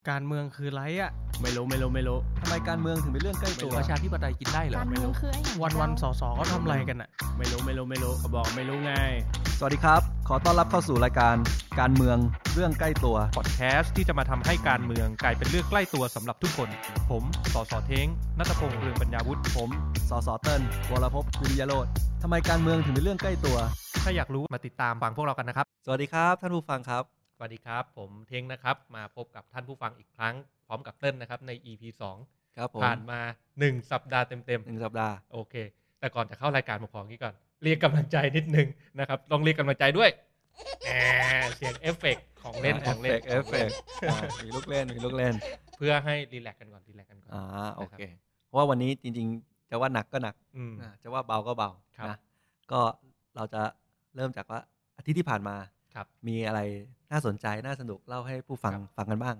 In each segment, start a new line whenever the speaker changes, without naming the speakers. การเมืองคือไรอะ
ไม่รู้ไม่รู้ไม่รู้
ทำไมการเมืองถึงเป็นเรื่องใกล้ตัว
ไม่รู้
ประชาธิปไตยกินได้เหรอ
การเมืองคือไอ้อย่าง
วันวันๆสอสอเขาทำอะไรกันอะ
ไม่รู้ไม่รู้ไม่รู้เขาบอกไม่รู้ไง
สวัสดีครับ ขอต้อนรับเข้าสู่รายการการเมืองเรื่องใกล้ตัว
พอดแคสต์ที่จะมาทำให้การเมืองกลายเป็นเรื่องใกล้ตัวสำหรับทุกคน ผมสอสอเท้งนัตพงษ์เรืองปัญญาวุฒิ
ผมสสเติ้ลวรพพกุริยโรธทำไมการเมืองถึงเป็นเรื่องใกล้ตัว
ถ้าอยากรู้มาติดตามฟังพวกเรากันนะครับ
สวัสดีครับท่านผู้ฟังครับ
สวัสดีครับ ผมเท้งนะครับ มาพบกับท่านผู้ฟังอีกครั้ง พร้อมกับเต้นนะครับใน EP
ครับผ
2
ม
ผ่านมา 1 สัปดาห์เต็ม
หนึ่งสัปดาห์
ๆ โอเค แต่ก่อนจะเข้ารายการผมขออย่างนี้ก่อน เรียกกำลังใจนิดนึงนะครับลองเรียกกำลังใจด้วยแหมเสียงเอฟเฟกต์ของเล่นของเล่น
Effect Effect อ่ามีลูกเล่น มีลูกเล่น
เพื่อให้รีแลกซ์กันก่อนรีแลกซ์กันก่อน
อ่าโอเค
นะครับ
เพราะว่าวันนี้จริงๆ จะว่าหนักก็หนัก
อืม
อ่าจะว่าเบาก็เบา
ครับ
นะก็เราจะเริ่มจากว่าอาทิตย์ที่ผ่านมา
ครับ
มีอะไรน่าสนใจน่าสนุกเล่าให้ผู้ฟัง
ครับ
ฟังกันบ้าง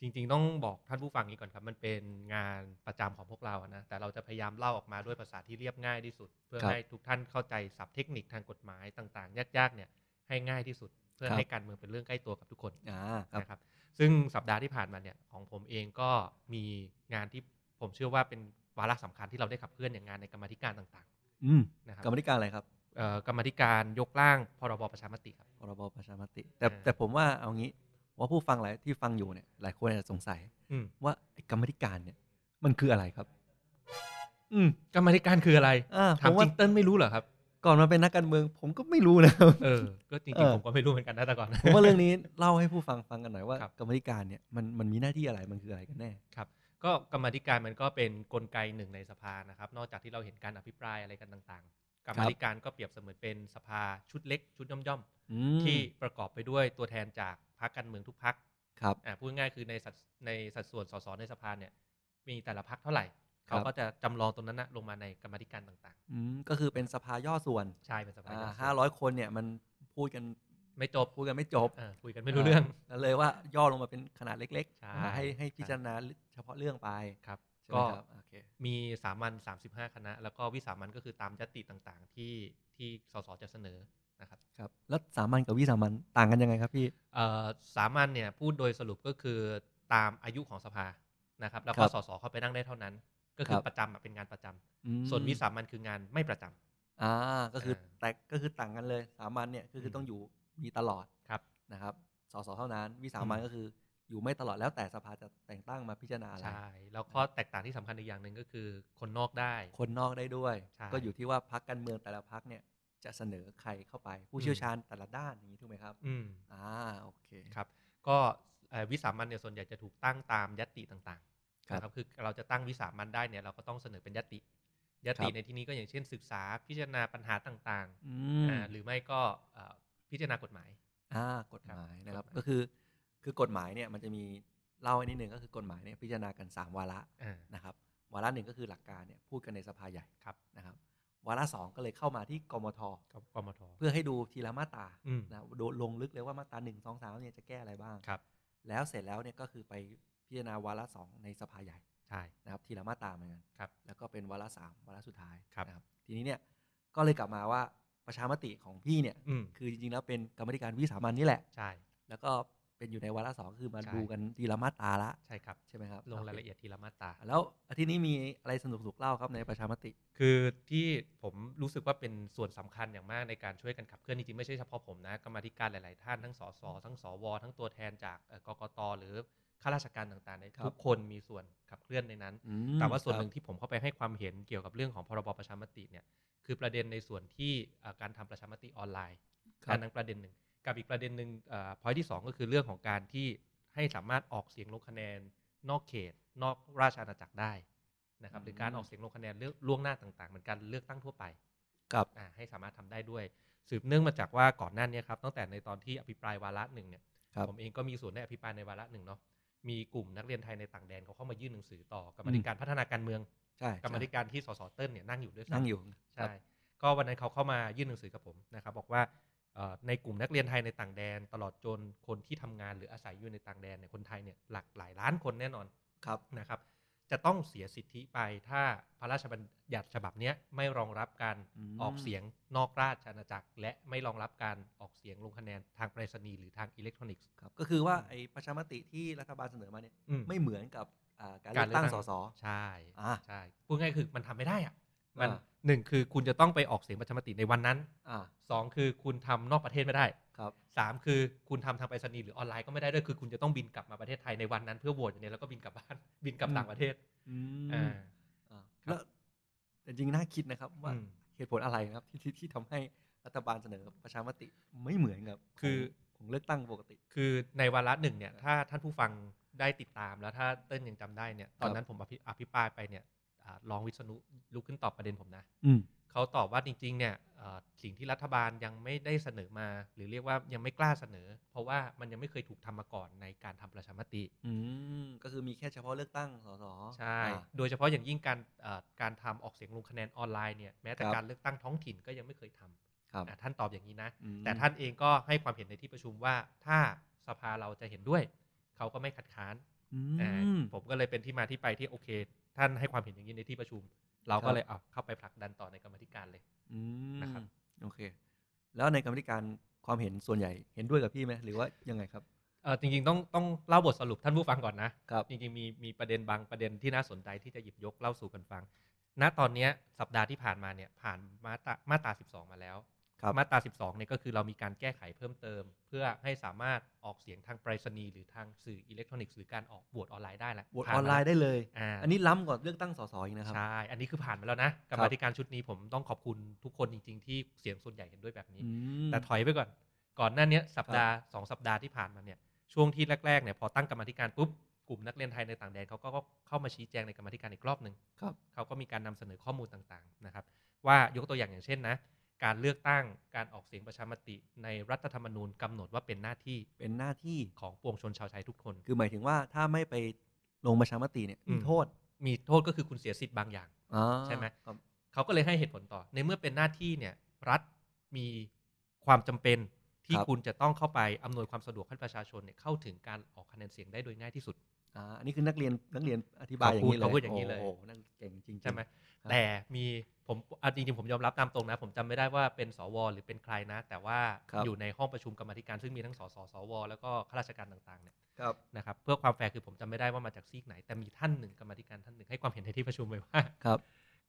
จริงๆ ต้องบอกท่านผู้ฟังนี้ก่อนครับ มันเป็นงานประจำของพวกเราอะนะแต่เราจะพยายามเล่าออกมาด้วยภาษาที่เรียบง่ายที่สุด เพื่อ
ครับ
ให้ทุกท่านเข้าใจศัพท์เทคนิคทางกฎหมายต่างๆ ยากๆเนี่ยให้ง่ายที่สุด เพื่อ
ครับ
ให้การเมืองเป็นเรื่องใกล้ตัวกับทุกคน
อ่าครับ
นะครับซึ่งสัปดาห์ที่ผ่านมาเนี่ยของผมเองก็มีงานที่ผมเชื่อว่าเป็นวาระสำคัญที่เราได้ขับเคลื่อนอย่างงานในกรรมาธิการต่าง
อืม
ๆนะครับ
กรรมธิการอะไรครับ
เอ่อกรรมาธิการยกร่างพรบประชามติครับ
พรบประชามติ แต่
อ่า
แต่ผมว่าเอางี้ว่าผู้ฟังหลายที่ฟังอยู่เนี่ยหลายคนอาจจะสงสัย
อืม
ว่าไอ้กรรมธิการเนี่ย มันคืออะไรครับ อืม
กรรมาธิการคืออะไร
อ่าผ
ถาม
ม
จ
ว่า
ริงเต้นไม่รู้เหรอครับ
ก่อนมาเป็นนักการเมือง ผมก็ไม่รู้นะ
เออก็จ
เอ
ริง
อ
ๆผมก็ไม่รู้เหมือนกันนะแต่ก่อน
ผมว่าเรื่องนี้เล่าให้ผู้ฟังฟังกันหน่อยว่า
ครับ
กรรมธิการเนี่ยมันมันมีหน้าที่อะไรมันคืออะไรกันแน่
ก็กรรมาธิการมันก็เป็นกลไกหนึ่งในสภานะครับ นอกจากที่เราเห็นการอภิปรายอะไรกันต่างๆ กรรมาธิการก็เปรียบเสมือนเป็นสภาชุดเล็ก ชุดย่อม
อืม
ๆที่ประกอบไปด้วยตัวแทนจากพรรคการเมืองทุกพรรค
ครับ
อ่าพูดง่ายๆคือในสัดในสัดส่วนสสในสภาเนี่ยมีแต่ละพรรคเท่าไหร่
ครับ
เขาก็จะจำลองตรงนั้นนะลงมาในกรรมาธิการต่าง
อืมก็คือเป็นสภาย่อส่วน
ๆ ใช่เป็นสภาย่อย
ห้าร้อยคนเนี่ย มันพูดกัน
ไม่จบ
พูดกันไม่จบ
อ่าคุยกันไม่รู้เรื่อง
าเลยว่าย่อลงมาเป็นขนาดเล็ก
ใช่
ๆนะให้ให้พิ
ใช่
จารณาเฉพาะเรื่องไป
ครับ
ใช่ไหม
ก็
ครับโอเค
มีสามัญ35 คณะ แล้วก็วิสามัญก็คือตามยติต่างๆ ที่ที่สสจะเสนอนะครับ
ครับแล้วสามัญกับวิสามัญต่างกันยังไงครับพี่
เอ่อสามัญเนี่ยพูดโดยสรุปก็คือตามอายุของสภานะครับแล้ว
ค
ก็
รับ
สสเข้าไปนั่งได้เท่านั้น ก็คือ
ครับ
ประจำอะเป็นงานประจำ
อืม
ส่วนวิสามัญคืองานไม่ประจำ
อ่าก็คือ
เออ
แต่ก็คือต่างกันเลยสามัญเนี่ยก็คืออ
ม
ต้องอยู่มีตลอด
ครับ
นะครับสสเท่านั้น วิสามัญ
อืม
ก็คืออยู่ไม่ตลอดแล้วแต่สภาจะแต่งตั้งมาพิจารณาอะไร
ใช่แล้วก็แตกต่างที่สำคัญอีกอย่างหนึ่งก็คือคนนอกได้
คนนอกได้ด้วย
ใช่
ก็อยู่ที่ว่าพักการเมืองแต่ละพักเนี่ยจะเสนอใครเข้าไป ผู้เชี่ยวชาญแต่ละด้านอย่างนี้ถูกไหมครับ
อืม
อ่าโอเค
ครับก็เอ่อวิสามัญเนี่ยส่วนใหญ่จะถูกตั้งตามยติต่างๆ
ครับ
นะครับคือเราจะตั้งวิสามัญได้เนี่ยเราก็ต้องเสนอเป็นยติยติ
ครับ
ในที่นี้ก็อย่างเช่น ศึกษาพิจารณาปัญหาต่าง
อืม
ๆอ่าหรือไม่ก็เอ่อพิจารณากฎหมาย
อ่ากฎหมายนะครับ
ครับ
ก็คือคือกฎหมายเนี่ยมันจะมีเล่าไว้นิดนึงก็คือกฎหมายเนี่ยพิจารณากันสามวาระ
อ่า
นะครับวาระหนึ่งก็คือหลักการเนี่ยพูดกันในสภาใหญ่
ครับ
นะครับวาระสองก็เลยเข้ามาที่กมท
กับกมท
เพื่อให้ดูทีละมาตรา
อ
นะโดลงลึกเลยว่ามาตราหนึ่งสองสามเนี่ยจะแก้อะไรบ้าง
ครับ
แล้วเสร็จแล้วเนี่ยก็คือไปพิจารณาวาระสองในสภาใหญ่
ใช่
นะครับทีละมาตราเหมือนกัน
ครับ
แล้วก็เป็นวาระสามวาระสุดท้าย
ครับ
นะทีนี้เนี่ยก็เลยกลับมาว่าประชามติของพี่เนี่ย
อืม
คือจริงๆแล้วเป็นกรรมธิการวิสามันนี่แหละ
ใช่
แล้วก็เป็นอยู่ในวาระสองก็คือมา
ใช่
ดูกันทีละมาตราละ
ใช่ครับ
ใช่ไหมครับ
ลง
โค
รายละเอียดทีละมาตรา
แล้วอาทิตย์นี้มีอะไรสนุกๆเล่าครับในประชามติ
คือที่ผมรู้สึกว่าเป็นส่วนสำคัญอย่างมากในการช่วยกันขับเคลื่อนจริงๆไม่ใช่เฉพาะผมนะกรรมาธิการหลาย ๆ ท่านทั้งสสทั้งสวทั้งตัวแทนจากเอ่อกกตหรือข้าราชการต่างๆเนี่ย
ครับ
ทุกคนมีส่วนขับเคลื่อนในนั้น แต่ว่าส่วนหนึ่
ค
ง
รับ
ที่ผมเข้าไปให้ความเห็นเกี่ยวกับเรื่องของพรบประชามติเนี่ยคือประเด็นในส่วนที่เอ่อการทำประชามติออนไลน์
ครับ
อันนั้นประเด็นหนึ่งกับอีกประเด็นหนึ่งพอยที่สองก็คือเรื่องของการที่ให้สามารถออกเสียงลงคะแนน นอกเขต นอกราชอาณาจักรได้นะครับหรือการออกเสียงลงคะแนนเลือกล่วงหน้าต่างๆเหมือนการเลือกตั้งทั่วไป
ครับ
อ่าให้สามารถทำได้ด้วย สืบเนื่องมาจากว่าก่อนหน้านี้ครับตั้งแต่ในตอนที่อภิปรายวาระหนึ่งเนี่ย
ครับ
ผมเองก็มีส่วนได้อภิปรายในวาระหนึ่งเนาะ มีกลุ่มนักเรียนไทยในต่างแดนเขาเข้ามายื่นหนังสือต่อกรรมาธิการพัฒนาการเมือง
ใช่
กรรมาธิการที่สสเติ้ลเนี่ยนั่งอยู่ด้วยซ้ำ
นั่งอยู่
ใช่ ก็วันนั้นเขาเข้ามายื่นหนังสือกับผมนะครับบอกว่าเอ่อในกลุ่มนักเรียนไทยในต่างแดน ตลอดจนคนที่ทำงานหรืออาศัยอยู่ในต่างแดนเนี่ยคนไทยเนี่ยหลักหลายล้านคนแน่นอน
ครับ
นะครับ จะต้องเสียสิทธิไปถ้าพระราชบัญญัติฉบับเนี้ยไม่รองรับการ
ม
ออกเสียงนอกราชอาณาจักร และไม่รองรับการออกเสียงลงคะแนนทางไปรษณีย์หรือทางอิเล็กทรอนิกส์
ครับก็คือว่าไอ้ประชามติที่รัฐบาลเสนอมาเนี่ย
อื
ไม่เหมือนกับอ่าการ
กา
เลื
ร
อก
เลือก
ตั้ง
ตั้
ส
ง
ส
ใช่
อ่า
ใช่พูดง่ายคือมันทำไม่ได้อะมัน
อ่า
หนึ่งคือคุณจะต้องไปออกเสียงประชามติในวันนั้น
อ่า
สองคือคุณทำนอกประเทศไม่ได้
ครับ
สามคือคุณทำทางไปรษณีย์หรือออนไลน์ก็ไม่ได้ด้วยคือคุณจะต้องบินกลับมาประเทศไทยในวันนั้นเพื่อโหวตอย่างเนี้ยแล้วก็บินกลับบ้าน บินกลับต่างประเทศ
อืม
อ่า
อ่าแล้วแต่จริงน่าคิดนะครับว่า
อืม
เหตุผลอะไรนะครับที่ที่ที่ทำให้รัฐบาลเสนอประชามติไม่เหมือนกับ
คือ
ของของเลือกตั้งปกติ
คือในวาระหนึ่งเนี่ยถ้าท่านผู้ฟังได้ติดตามแล้วถ้าเต้นยังจำได้เนี่ยตอนนั้นผมอภิอภิปรายไปเนี่ยอ่ารองวิษณุลุกขึ้นตอบประเด็นผมนะ
อืม
เขาตอบว่าจริงๆ เนี่ยเอ่อสิ่งที่รัฐบาลยังไม่ได้เสนอมา หรือเรียกว่ายังไม่กล้าเสนอ เพราะว่ามันยังไม่เคยถูกทำมาก่อนในการทำประชามติ
อืมก็คือมีแค่เฉพาะเลือกตั้งสส
ใช่
อ่า
โดยเฉพาะอย่างยิ่งการเอ่อการทำออกเสียงลงคะแนนออนไลน์เนี่ยแม้แต่
ครับ
การเลือกตั้งท้องถิ่นก็ยังไม่เคยท
ครับ
ำอ่ะท่านตอบอย่างนี้นะ
อืม
แต่ท่านเองก็ให้ความเห็นในที่ประชุมว่าถ้าสภาเราจะเห็นด้วย เขาก็ไม่ขัดค้าน
อื
อ่าม ผมก็เลยเป็นที่มาที่ไปที่โอเค ท่านให้ความเห็นอย่างนี้ในที่ประชุม เรา
ครั
ก็
บ
เลยเอาเข้าไปผลักดันต่อในกรรมาธิการเลย
อืม
นะครับ
โอเค แล้วในกรรมธิการความเห็นส่วนใหญ่เห็นด้วยกับพี่ไหมหรือว่ายังไงครับ
เอ่อจริงๆต้องต้องเล่าบทสรุปท่านผู้ฟังก่อนนะ
ครับ
จริงๆมีมีประเด็นบางประเด็นที่น่าสนใจที่จะหยิบยกเล่าสู่กันฟัง ณ ตอนเนี้ยสัปดาห์ที่ผ่านมาเนี่ยผ่านมาตรามาตรา 12 มาแล้ว
ครับ
มาตรา 12 เนี่ยก็คือเรามีการแก้ไขเพิ่มเติม เพื่อให้สามารถออกเสียงทางไปรษณีย์หรือทางสื่ออิเล็กทรอนิกส์หรือการออกบวตออนไลน์ได้ละ
โหวต
ผ่า
ออนไลน์ได้เลย
อ่า
อันนี้ล้ำกว่าเลือกตั้งสสอีกนะครับ
ใช่ อันนี้คือผ่านมาแล้วนะ กรรมาธิการชุดนี้ผมต้องขอบคุณทุกคนจริง ๆ ที่เสียงส่วนใหญ่เห็นด้วยแบบนี้
อืม
แต่ถอยไปก่อน ก่อนหน้าเนี้ยสัปดาห์สองสัปดาห์ที่ผ่านมาเนี่ย ช่วงที่แรกๆเนี่ยพอตั้งกรรมาธิการปุ๊บ กลุ่มนักเรียนไทยในต่างแดนเขาก็เข้ามาชี้แจงในกรรมาธิการอีกรอบหนึ่ง
ครับ
เขาก็มีการนำเสนอข้อมูลต่างๆนะครับ ว่ายกตัวอย่างอย่างเช่นนะ การเลือกตั้งการออกเสียงประชามติในรัฐธรรมนูญกำหนดว่าเป็นหน้าที่
เป็นหน้าที่
ของปวงชนชาวไทยทุกคน
คือหมายถึงว่าถ้าไม่ไปลงประชามติเนี่ย
อืม
มีโทษ
มีโทษก็คือคุณเสียสิทธิ์บางอย่าง
อ่า
ใช่ไหม
ครับ
เขาก็เลยให้เหตุผลต่อ ในเมื่อเป็นหน้าที่เนี่ยรัฐมีความจำเป็นที่
ครับ
คุณจะต้องเข้าไปอำนวยความสะดวกให้ประชาชนเนี่ยเข้าถึงการออกคะแนนเสียงได้โดยง่ายที่สุด
อ่าอันนี้คือนักเรียนนักเรียนอธิบายอย่างนี้เลย
เขาพูดอย่างนี้เลย
โอ้โหนักเก่งจริงๆ
ใช่ไหม
ครับ
แต่มีผมอ่ะจริงๆผมยอมรับตามตรงนะ ผมจำไม่ได้ว่าเป็นสว หรือเป็นใครนะ แต่ว่าอยู่ในห้องประชุมกรรมาธิการซึ่งมีทั้งสสสว แล้วก็ข้าราชการต่างๆเนี่ย
ครับ
นะครับเพื่อความแฟร์คือผมจำไม่ได้ว่ามาจากซีกไหน แต่มีท่านหนึ่งกรรมาธิการท่านหนึ่งให้ความเห็นในที่ประชุมไว้ว่า
ครับ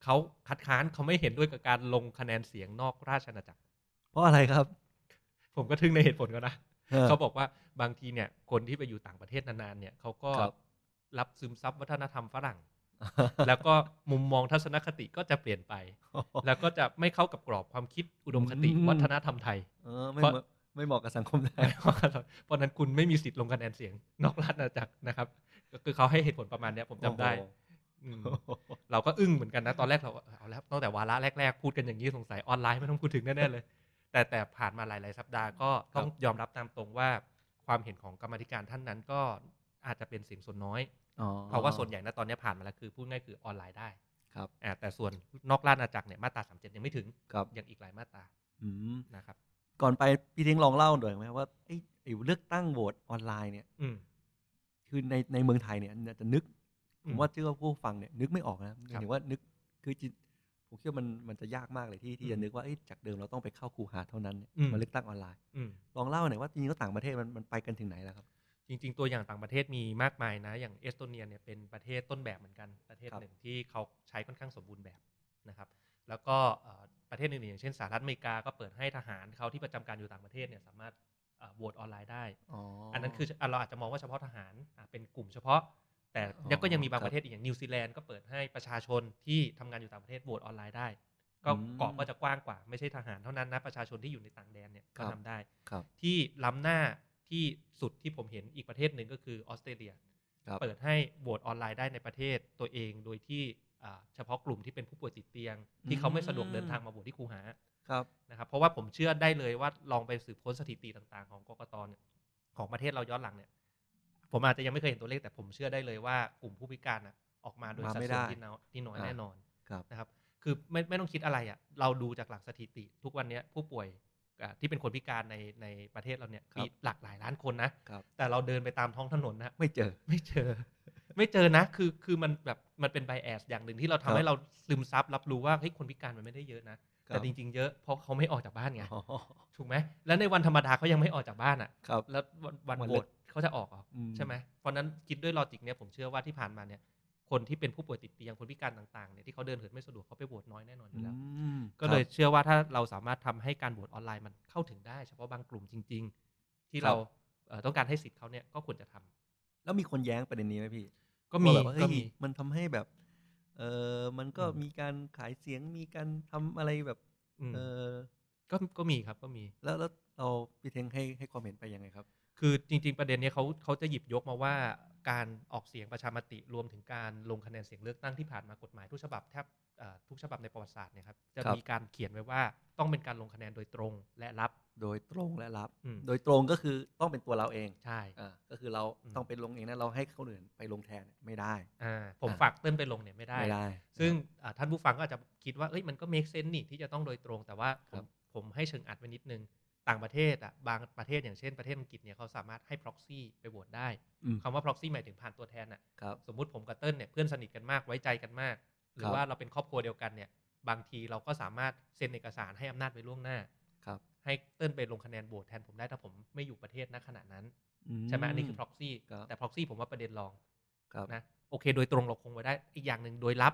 เขาคัดค้านเขาไม่เห็นด้วยกับการลงคะแนนเสียงนอกราชอาณาจักร
เพราะอะไรครับ
ผมก็ทึ่งในเหตุผลเขานะ
ออ
เขาบอกว่าบางทีเนี่ยคนที่ไปอยู่ต่างประเทศนานๆเนี่ยเขาก็
ครับ
รับซึมซับวัฒนธรรมฝรั่ง แล้วก็มุมมองทัศนคติก็จะเปลี่ยนไป แล้วก็จะไม่เข้ากับกรอบความคิดอุดมคติ
อืม
วัฒนธรรมไทย
เออไม่เหมาะไม่เหมาะกับสังคมไทย
เพราะฉะนั้นคุณไม่มีสิทธิ์ลงคะแนนเสียง นอกราชอาณาจักรนะครับ ก็คือเขาให้เหตุผลประมาณเนี้ยผมจำได้อืม
โอ้โห
เราก็อึ้งเหมือนกันนะ ตอนแรกเราก็เอาแล้วตั้งแต่วาระแรกๆ พูดกันอย่างนี้สงสัยออนไลน์ไม่ต้องพูดถึงแน่ๆเลย แต่แต่ผ่านมาหลายๆสัปดาห์ก็ต้องยอมรับตามตรงว่า ความเห็นของกรรมาธิการท่านนั้นก็อาจจะเป็นเสียงส่วนน้อย
อ๋อ
เพราะว่าส่วนใหญ่นะตอนนี้ผ่านมาแล้วคือพูดง่ายคือออนไลน์ได้
ครับ
อ่าแต่ส่วนนอกราชอาณาจักรเนี่ยมาตราสามเจ็ดยังไม่ถึง
ครับ
ยังอีกหลายมาตรา
อืม
นะครับ
ก่อนไปพี่เท้งลองเล่าหน่อยไหมว่าไอ้ไอ้เลือกตั้งโหวตออนไลน์เนี่ย
อืม
คือในในเมืองไทยเนี่ยจะนึก
อื
ผม มว่าเชื่อว่าผู้ฟังเนี่ยนึกไม่ออกนะหมายถึงว่านึกคือจิตผมคิดว่ามันมันจะยากมากเลยที่ที่
อืม
จะนึกว่าเอ้ยจากเดิมเราต้องไปเข้าคูหาเท่านั้นเนี่ย
อืม
มาเลือกตั้งออนไลน์
อืม
ลองเล่าหน่อยว่าจริงๆแล้วต่างประเทศมันมันไปกันถึงไหนแล้วครับ
จริงๆ ตัวอย่างต่างประเทศมีมากมายนะ อย่างเอสโตเนียเนี่ยเป็นประเทศต้นแบบเหมือนกันประเทศ
ครับ
หนึ่งที่เขาใช้ค่อนข้างสมบูรณ์แบบนะครับ แล้วก็เอ่อประเทศอื่นๆอย่างเช่นสหรัฐอเมริกาก็เปิดให้ทหารเขาที่ประจำการอยู่ต่างประเทศเนี่ยสามารถเอ่อโหวตออนไลน์ได้
อ๋อ
อั
อั
นนั้นคืออ่ะเราอาจจะมองว่าเฉพาะทหารอ่ะเป็นกลุ่มเฉพาะ แต่ยังก็ยังมีบาง
ครับ
ประเทศอีกอย่างนิวซีแลนด์ก็เปิดให้ประชาชนที่ทำงานอยู่ต่างประเทศโหวตออนไลน์ได้ ก็
อืม
กรอบก็จะกว้างกว่า ไม่ใช่ทหารเท่านั้นนะประชาชนที่อยู่ในต่างแดนเนี่ย
ครับ
ก็ทำได้
ครับ
ที่ล้ำหน้าที่สุดที่ผมเห็นอีกประเทศหนึ่งก็คือออสเตรเลีย
ครับ
เปิดให้โหวตออนไลน์ได้ในประเทศตัวเองโดยที่อ่าเฉพาะกลุ่มที่เป็นผู้ป่วยติดเตียง ที่เขาไม่สะดวกเดินทางมาโหวตที่คูหา
ครับ
นะครับเพราะว่าผมเชื่อได้เลยว่าลองไปสืบค้นสถิติต่างๆ ของกกตเนี่ยของประเทศเราย้อนหลังเนี่ยผมอาจจะยังไม่เคยเห็นตัวเลขแต่ผมเชื่อได้เลยว่ากลุ่มผู้พิการน่ะออกมาโดยสัดส่วนที่น้อยที่น้อยแน่นอน
ครับ
นะครับ คือไม่ไม่ต้องคิดอะไรอะ่ะ เราดูจากหลักสถิติ ทุกวันเนี้ยผู้ป่วยอ่ะที่เป็นคนพิการในในประเทศเราเนี่ยมีหลากหลายล้านคนนะ
ครับ
แต่เราเดินไปตามท้องถนนนะ
ไม่เจอ
ไม่เจอ ไม่เจอนะ คือคือมันแบบมันเป็นไบแอสอย่างหนึ่งที่เราทำให้เราซึมซับรับรู้ว่าเฮ้ยคนพิการมันไม่ได้เยอะนะ แต่จริง ๆ เยอะเพราะเขาไม่ออกจากบ้านไง
อ๋อ
ถูกไหมแล้วในวันธรรมดาเขายังไม่ออกจากบ้านอ่ะ
ครับ
แล้ววันวัน
วัน
โห
เลื
ว
อก
ตเขาจะออกเหรออ
ม
ใช่ไหมเพราะฉะนั้นคิดด้วยลอจิกเนี่ยผมเชื่อว่าที่ผ่านมาเนี่ยคนที่เป็นผู้ป่วยติดเตียงคนพิการต่างๆเนี่ยที่เขาเดินเหินไม่สะดวกเขาไปโหวตน้อยแน่นอนอยู่แล้ว
อืม
ก็เลย
ครับ
เชื่อว่าถ้าเราสามารถทำให้การโหวตออนไลน์มันเข้าถึงได้ เฉพาะบางกลุ่มจริง ๆ ที่
ครับ
เราเอ่อต้องการให้สิทธิ์เขาเนี่ยก็ควรจะทำ
แล้วมีคนแย้งประเด็นนี้ไหมพี่
ก็มี
ว่าแบบว่าเฮ้
ก็
ย
มี
มันทำให้แบบ เออมันก็
อืม
มีการขายเสียงมีการทำอะไรแบบ
อืม
เออ
ก็ก็มีครับก็มี
แล้วแล้วเราพี่เทงให้ให้ความเห็นไปยังไงครับ
คือจริง ๆ ประเด็นเนี้ยเขาเขาจะหยิบยกมาว่าการออกเสียงประชามติรวมถึงการลงคะแนนเสียงเลือกตั้งที่ผ่านมากฎหมายทุกฉบับแทบเอ่อทุกฉบับในประวัติศาสตร์เนี่ยครับจะ
ครับ
มีการเขียนไว้ว่าต้องเป็นการลงคะแนนโดยตรงและลับ
โดยตรงและรับ
อืม
โดยตรงก็คือต้องเป็นตัวเราเอง
ใช่
อ่าก็คือเราต้องไปลงเองนะเราให้คนอื่นไปลงแทนไม่ได้
อ่าผม
อ่า
ฝากเต้นไปลงเนี่ยไม่ได้
ไม่ได้
ซึ่งอ่าท่านผู้ฟังก็อาจจะคิดว่าเอ้ยมันก็ make sense นี่ที่จะต้องโดยตรง แต่ว่าผ
ครั
ม
บ
ผมให้เชิงอัดไว้นิดนึง ต่างประเทศอ่ะบางประเทศอย่างเช่นประเทศอังกฤษเนี่ยเขาสามารถให้ proxy ไปโหวตได้
อืม
คำว่า proxy หมายถึงผ่านตัวแทนอ่ะ
ครับ
สมมุติผมกับเติ้ลเนี่ยเพื่อนสนิทกันมากไว้ใจกันมาก หรื
ครั
อบ ว่าเราเป็นครอบครัวเดียวกันเนี่ยบางทีเราก็สามารถเซ็นเอกสารให้อำนาจไปล่วงหน้า
ครับ
ให้เติ้ลไปลงคะแนนโหวตแทนผมได้ถ้าผมไม่อยู่ประเทศณขณะนั้น
อื
ใช่ไหมอันนี้คือ proxy
ครับ
แต่ proxy ผมว่าประเด็นรอง
ครับ
นะโอเค โดยตรงเราคงไว้ได้อีกอย่างหนึ่งโดยลับ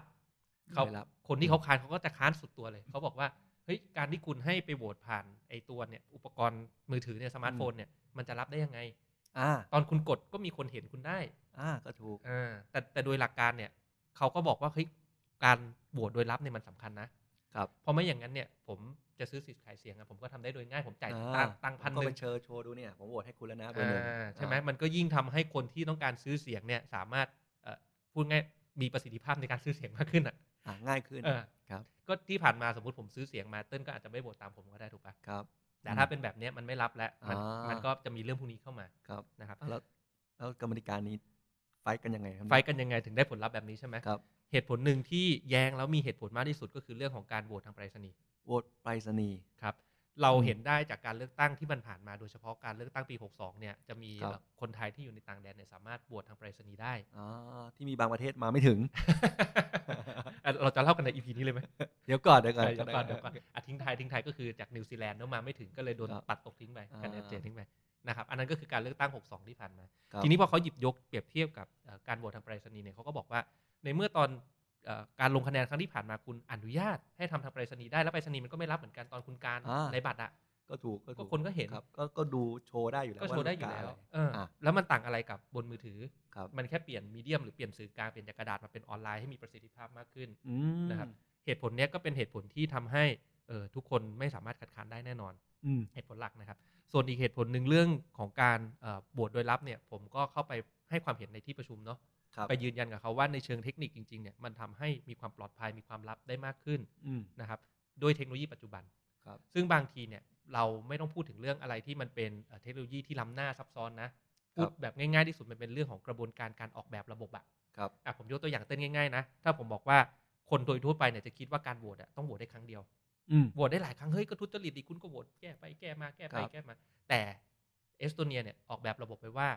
เขา
โดยลับ
คนที่เขาค้านเขาก็จะค้านสุดตัวเลยเขาบอกว่าเฮ้ยการที่คุณให้ไปโหวตผ่านไอ้ตัวเนี่ยอุปกรณ์มือถือเนี่ยสมาร์ทโฟนเนี่ยมันจะรับได้ยังไง
อ่า
ตอนคุณกดก็มีคนเห็นคุณได้
อ่าก็ถูก
เออแต่แต่โดยหลักการเนี่ยเขาก็บอกว่าเฮ้ยการโหวตโดยลับเนี่ยมันสำคัญนะครับ เพราะไม่อย่างนั้นเนี่ยผมจะซื้อสิทธิ์ขายเสียงอะผมก็ทำได้โดยง่ายผมจ่าย
อ่
ตังค์ตังค์
ผม
พันห
ก็
นึ่
ไป
ง
เชิญโชว์ดูเนี่ย ผมโหวตให้คุณแล้วนะเบอร์หนึ่ง
อ่าใช่ไหม
อ่า
มันก็ยิ่งทำให้คนที่ต้องการซื้อเสียงเนี่ยสามารถเอ่อพูดง่ายมีประสิทธิภาพในการซื้อเสียงมากขึ้นอ่ะ
อ่ะง่ายขึ้น
เออ
ครับ
ก็ที่ผ่านมาสมมติผมซื้อเสียงมาเติ้ลก็อาจจะไม่โหวตตามผมก็ได้ถูกปะ
ครับ
แต่ถ้าเป็นแบบเนี้ยมันไม่รับแล้วมัน
อ่ามั
มันก็จะมีเรื่องพวกนี้เข้ามา
ครับ
นะครับ
แล้วแล้วกรรมธิการนี้ไฟท์กันยังไงครับ
ไฟท์กันยังไงถึงได้ผลลัพธ์แบบนี้ใช่ไหม
ครับ
เหตุผลหนึ่งที่แย้งแล้วมีเหตุผลมากที่สุดก็คือเรื่องของการโหวตทางไปรษณีย์
โหวตไปรษณีย์
ครับเราเห็นได้จากการเลือกตั้งที่มันผ่านมาโดยเฉพาะการเลือกตั้งปี 62 เนี่ยจะมี
ครับ
คนไทยที่อยู่ในต่างแดนเนี่ยสามารถโหวตทางไปรษณีย์ได้
อ่าที่มีบางประเทศมาไม่ถึง
อ่ะเราจะเล่ากันใน EP นี้เลยไหม
เดี๋ยวก่อนเดี๋ยวก่อน
เดี๋ยวก่อนเดี๋ยวก่อนอ่ะทิ้งไทายทิ้งไทายก็คือจากนิวซีแลนด์เนาะมาไม่ถึงก็เลยโดน
ครับ
ตัดตกทิ้งไปกันเน
อ่า
เจนทิ้งไปนะครับอันนั้นก็คือการเลือกตั้ง 62 ที่ผ่านมา
ครับ
ทีนี้พอเขาหยิบยกเปรียบเทียบกับเอ่อการโหวตทางไปรษณีย์เนี่ยเขาก็บอกว่า ในเมื่อตอนเอ่อการลงคะแนนครั้งที่ผ่านมาคุณอนุญาตให้ทำทางไปรษณีย์ได้แล้วไปรษณีย์มันก็ไม่รับเหมือนกันตอนคุณการ
อ่า
ในบัตรอ่ะ
ก็ถูกก็
ก็
ถูก
คนก็เห็น
ครับก็ก็ดูโชว์ได้อยู่แล้ว
ก็โชว์ได้อยู่แล้ว
า
เอออา แล้วมันต่างอะไรกับบนมือถือ
ครับ
มันแค่เปลี่ยนมีเดียมหรือเปลี่ยนสื่อกลางเปลี่ยนจากกระดาษมาเป็นออนไลน์ให้มีประสิทธิภาพมากขึ้น
อืม
นะครับ เหตุผลเนี้ยก็เป็นเหตุผลที่ทำให้เอ่อทุกคนไม่สามารถคัดค้านได้แน่นอน
อืม
เหตุผลหลักนะครับ ส่วนอีกเหตุผลหนึ่งเรื่องของการเอ่อบวชโดยลับเนี่ยผมก็เข้าไปให้ความเห็นในที่ประชุมเนาะ
ครับ
ไปยืนยันกับเขาว่าในเชิงเทคนิคจริงๆเนี่ยมันทำให้มีความปลอดภัยมีความลับได้มากขึ้น
อืม
นะครับด้วยเทคโนโลยีปัจจุบัน
ครับ
ซึ่งบางทีเนี่ยเราไม่ต้องพูดถึงเรื่องอะไรที่มันเป็นเอ่อเทคโนโลยีที่ล้ำหน้าซับซ้อนนะพูดแบบง่ายๆที่สุดมันเป็นเรื่องของกระบวนการการออกแบบระบบอะ
ครับ
อ่ะผมยกตัวอย่างเต้นง่ายๆนะถ้าผมบอกว่าคนโดยทั่วไปเนี่ยจะคิดว่าการโหวตอะต้องโหวตได้ครั้งเดียว
อืม
โหวตได้หลายครั้ง เฮ้ย ก็ทุจริตดิคุณก็โหวตแก้ไปแก้มาแก้ไป
ครับ
แก้มา แต่เอสโตเนียเนี่ยออกแบบระบบไว้ว่า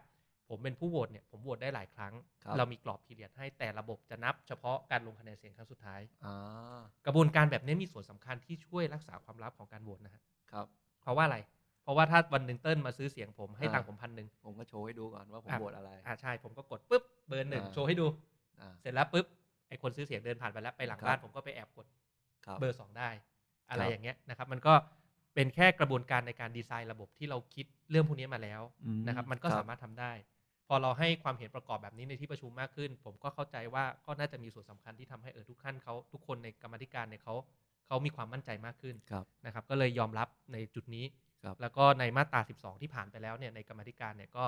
ผมเป็นผู้โหวตเนี่ยผมโหวตได้หลายครั้ง
ครับ
เรามีกรอบพีเรียดให้แต่ระบบจะนับเฉพาะการลงคะแนนเสียงครั้งสุดท้าย
อ่าก
ระบวนการแบบนี้มีส่วนสำคัญที่ช่วยรักษาความลับของการโหวตนะฮะ
ครับ
เพราะว่าอะไร เพราะว่าถ้าวันหนึ่งเติ้ลมาซื้อเสียงผมให้
อ่า
ตังค์ผมพันหนึ่ง
ผมก็โชว์ให้ดูก่อนว่าผม
อ่ะ
โหวตอะไร
อ่าใช่ผมก็กดปุ๊บเบอร์หนึ่ง
อ่า
โชว์ให้ดู
อ่า
เสร็จแล้วปุ๊บไอคนซื้อเสียงเดินผ่านไปแล้วไปหลัง
ครับ
บ้านผมก็ไปแอบกด
ครับ
เบอร์สองได้ อะไร
ครับ
อย่างเงี้ยนะครับ มันก็เป็นแค่กระบวนการในการดีไซน์ระบบที่เราคิดเรื่องพวกนี้มาแล้ว
อื
นะครับ มันก็สามารถทำได้ พอเราให้ความเห็นประกอบแบบนี้ในที่ประชุมมากขึ้น ผมก็เข้าใจว่าก็น่าจะมีส่วนสำคัญที่ทำให้เออทุกขั้นเขาทุกคนในกรรมาธิการเนี่ยเขาเขามีความมั่นใจมากขึ้น
ครับ
นะครับ ก็เลยยอมรับในจุดนี้
ครับ
แล้วก็ในมาตรา 12 ที่ผ่านไปแล้วเนี่ยในกรรมาธิการเนี่ยก็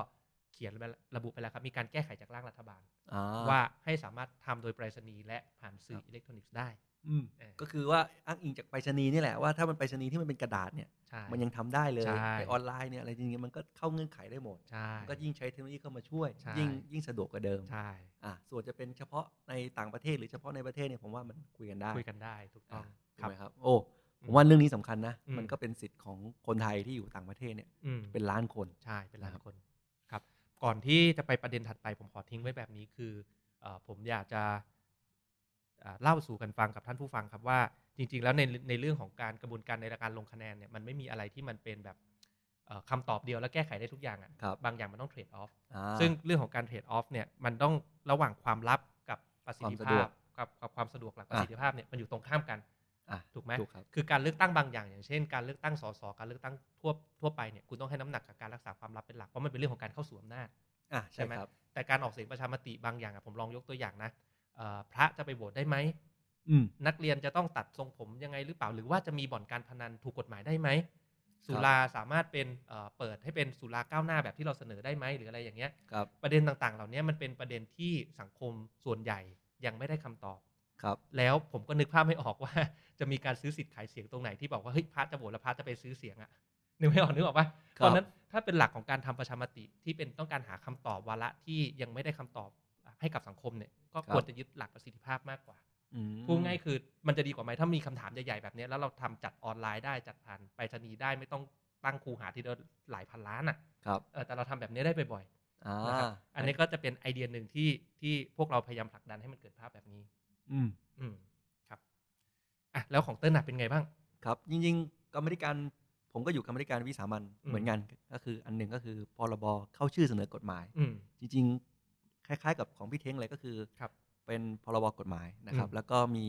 เขียนไว้ระบุไปแล้วครับมีการแก้ไขจากร่างรัฐบาล
อ่า
ว่าให้สามารถทำโดยไปรษณีย์และผ่านสื่ออิเล็กทรอนิกส์ได้
อืม
เออ
ก็คือว่าอ้างอิงจากไปรษณีย์นี่แหละว่าถ้ามันไปรษณีย์ที่มันเป็นกระดาษเนี่ย
ใช่
มันยังทำได้เลย
ใช่
แต่ออนไลน์เนี่ยอะไรจริงๆมันก็เข้าเงื่อนไขได้หมด
ใช่
ก็ยิ่งใช้เทคโนโลยีเข้ามาช่วย
ใช่
ยิ่งยิ่งสะดวกกว่าเดิม
ใช่
อ่ะส่วนจะเป็นเฉพาะในต่างประเทศหรือเฉพาะในประเทศเนี่ยผมว่ามันคุยกันได้
คุยกันได้ถูกต้
อ่ะถูก
องครับ
ไหมครับ โอ้ผมว่าเรื่องนี้สำคัญนะ
อืม
มันก็เป็นสิทธิ์ของคนไทยที่อยู่ต่างประเทศเนี่ย
อืม
เป็นล้านคน
ใช่เป็นหลาย
นะครับ
คนครับ ก่อนที่จะไปประเด็นถัดไปผมขอทิ้งไว้แบบนี้คือ เอ่อผมอยากจะเอ่อเล่าสู่กันฟังกับท่านผู้ฟังครับว่า จริง ๆ แล้วในในเรื่องของการกระบวนการในการลงคะแนนเนี่ยมันไม่มีอะไรที่มันเป็นแบบเอ่อคำตอบเดียวแล้วแก้ไขได้ทุกอย่างอะ
ครับ
บางอย่างมันต้องเทรดออฟ
อ่า
ซึ่งเรื่องของการเทรดออฟเนี่ยมันต้องระหว่างความลับกับประสิทธิ
ความสะด
ภาว พ
ก
กับกับความสะดวกหลักประสิทธิภาพเนี่ยมันอยู่ตรงข้ามกัน
อ่ะ
ถูกไหม
ถูกครับ
คือการเลือกตั้งบางอย่างอย่างเช่นการเลือกตั้งสสการเลือกตั้งทั่วทั่วไปเนี่ยคุณต้องให้น้ำหนักกับการรักษาความลับเป็นหลักเพราะมันเป็นเรื่องของการเข้าสู่อำนาจ
อ่ะ
ใช่
ใช่
ไหม
ครับ
แต่การออกเสียงประชามติบางอย่างอะผมลองยกตัวอย่างนะเอ่อพระจะไปโหวตได้ไหม
อืม
นักเรียนจะต้องตัดทรงผมยังไงหรือเปล่าหรือว่าจะมีบ่อนการพนันถูกกฎหมายได้ไหมสุราสามารถเป็นเอ่อเปิดให้เป็นสุราก้าวหน้าแบบที่เราเสนอได้ไหมหรืออะไรอย่างเงี้ย
ครับ
ประเด็นต่างๆ เหล่านี้มันเป็นประเด็นที่สังคมส่วนใหญ่ยังไม่ได้คำตอบ
ครับ
แล้วผมก็นึกภาพไม่ออกว่า จะมีการซื้อสิทธิ์ขายเสียงตรงไหนที่บอกว่าเฮ้ยพระจะโหวตแล้วพระจะไปซื้อเสียงอะ นึกไม่ออกนึกออกปะตอนนั้นถ้าเป็นหลักของการทำประชามติที่เป็นต้องการหาคำตอบวาระที่ยังไม่ได้คำตอบให้กับสังคมเนี่ยก็ควรจะยึดหลักประสิทธิภาพมากกว่า
อืม
พูดง่ายคือมันจะดีกว่าไหมถ้ามีคำถามใหญ่ๆแบบเนี้ยแล้วเราทำจัดออนไลน์ได้จัดผ่านไปรษณีย์ได้ไม่ต้องตั้งคูหาที่เดินหลายพันล้านอะ
ครับ
เออแต่เราทำแบบนี้ได้บ่อยๆ
อ่า
นะครับอันนี้ก็จะเป็นไอเดียหนึ่งที่ที่พวกเราพยายามผลักดันให้มันเกิดภาพแบบนี้
อืม
อืมครับอ่ะแล้วของเติ้ลหนักเป็นไงบ้าง
ครับจริงๆกรรมธิการผมก็อยู่กรรมธิการวิสามัน
อืม
เหมือนกันก็คืออันหนึ่งก็คือพรบเข้าชื่อเสนอกฎหมาย
อืม
จริงๆ คล้ายๆ กับของพี่เท้งเลยก็คือ
ครับ
เป็นพรบกฎหมายนะครับ
อืม
แล้วก็มี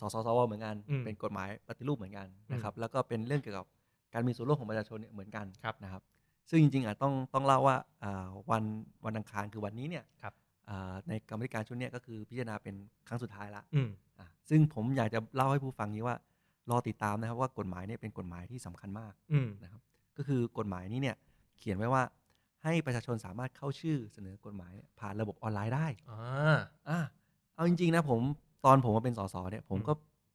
สสสวเหมือนกัน
อืม
เป็นกฎหมายปฏิรูปเหมือนกันนะครับ แล้วก็เป็นเรื่องเกี่ยวกับการมีส่วนร่วมของประชาชนเนี่ยเหมือนกัน
ครับ
นะครับ ซึ่งจริงๆอ่ะต้องต้องเล่าว่าอ่าวันวันอังคารคือวันนี้เนี่ย
ครับ
อ่าในกรรมธิการชุดเนี่ยก็คือพิจารณาเป็นครั้งสุดท้ายละ
อืม
อ่ะซึ่งผมอยากจะเล่าให้ผู้ฟังนี้ว่ารอติดตามนะครับว่ากฎหมายเนี่ยเป็นกฎหมายที่สำคัญมาก
อืม
นะครับก็คือกฎหมายนี้เนี่ยเขียนไว้ว่าให้ประชาชนสามารถเข้าชื่อเสนอกฎหมายเนี่ยผ่านระบบออนไลน์ได้
อ่า
อ่ะเอาจริงๆนะผมตอนผมมาเป็นสสเนี่ยผม
อืม
ก็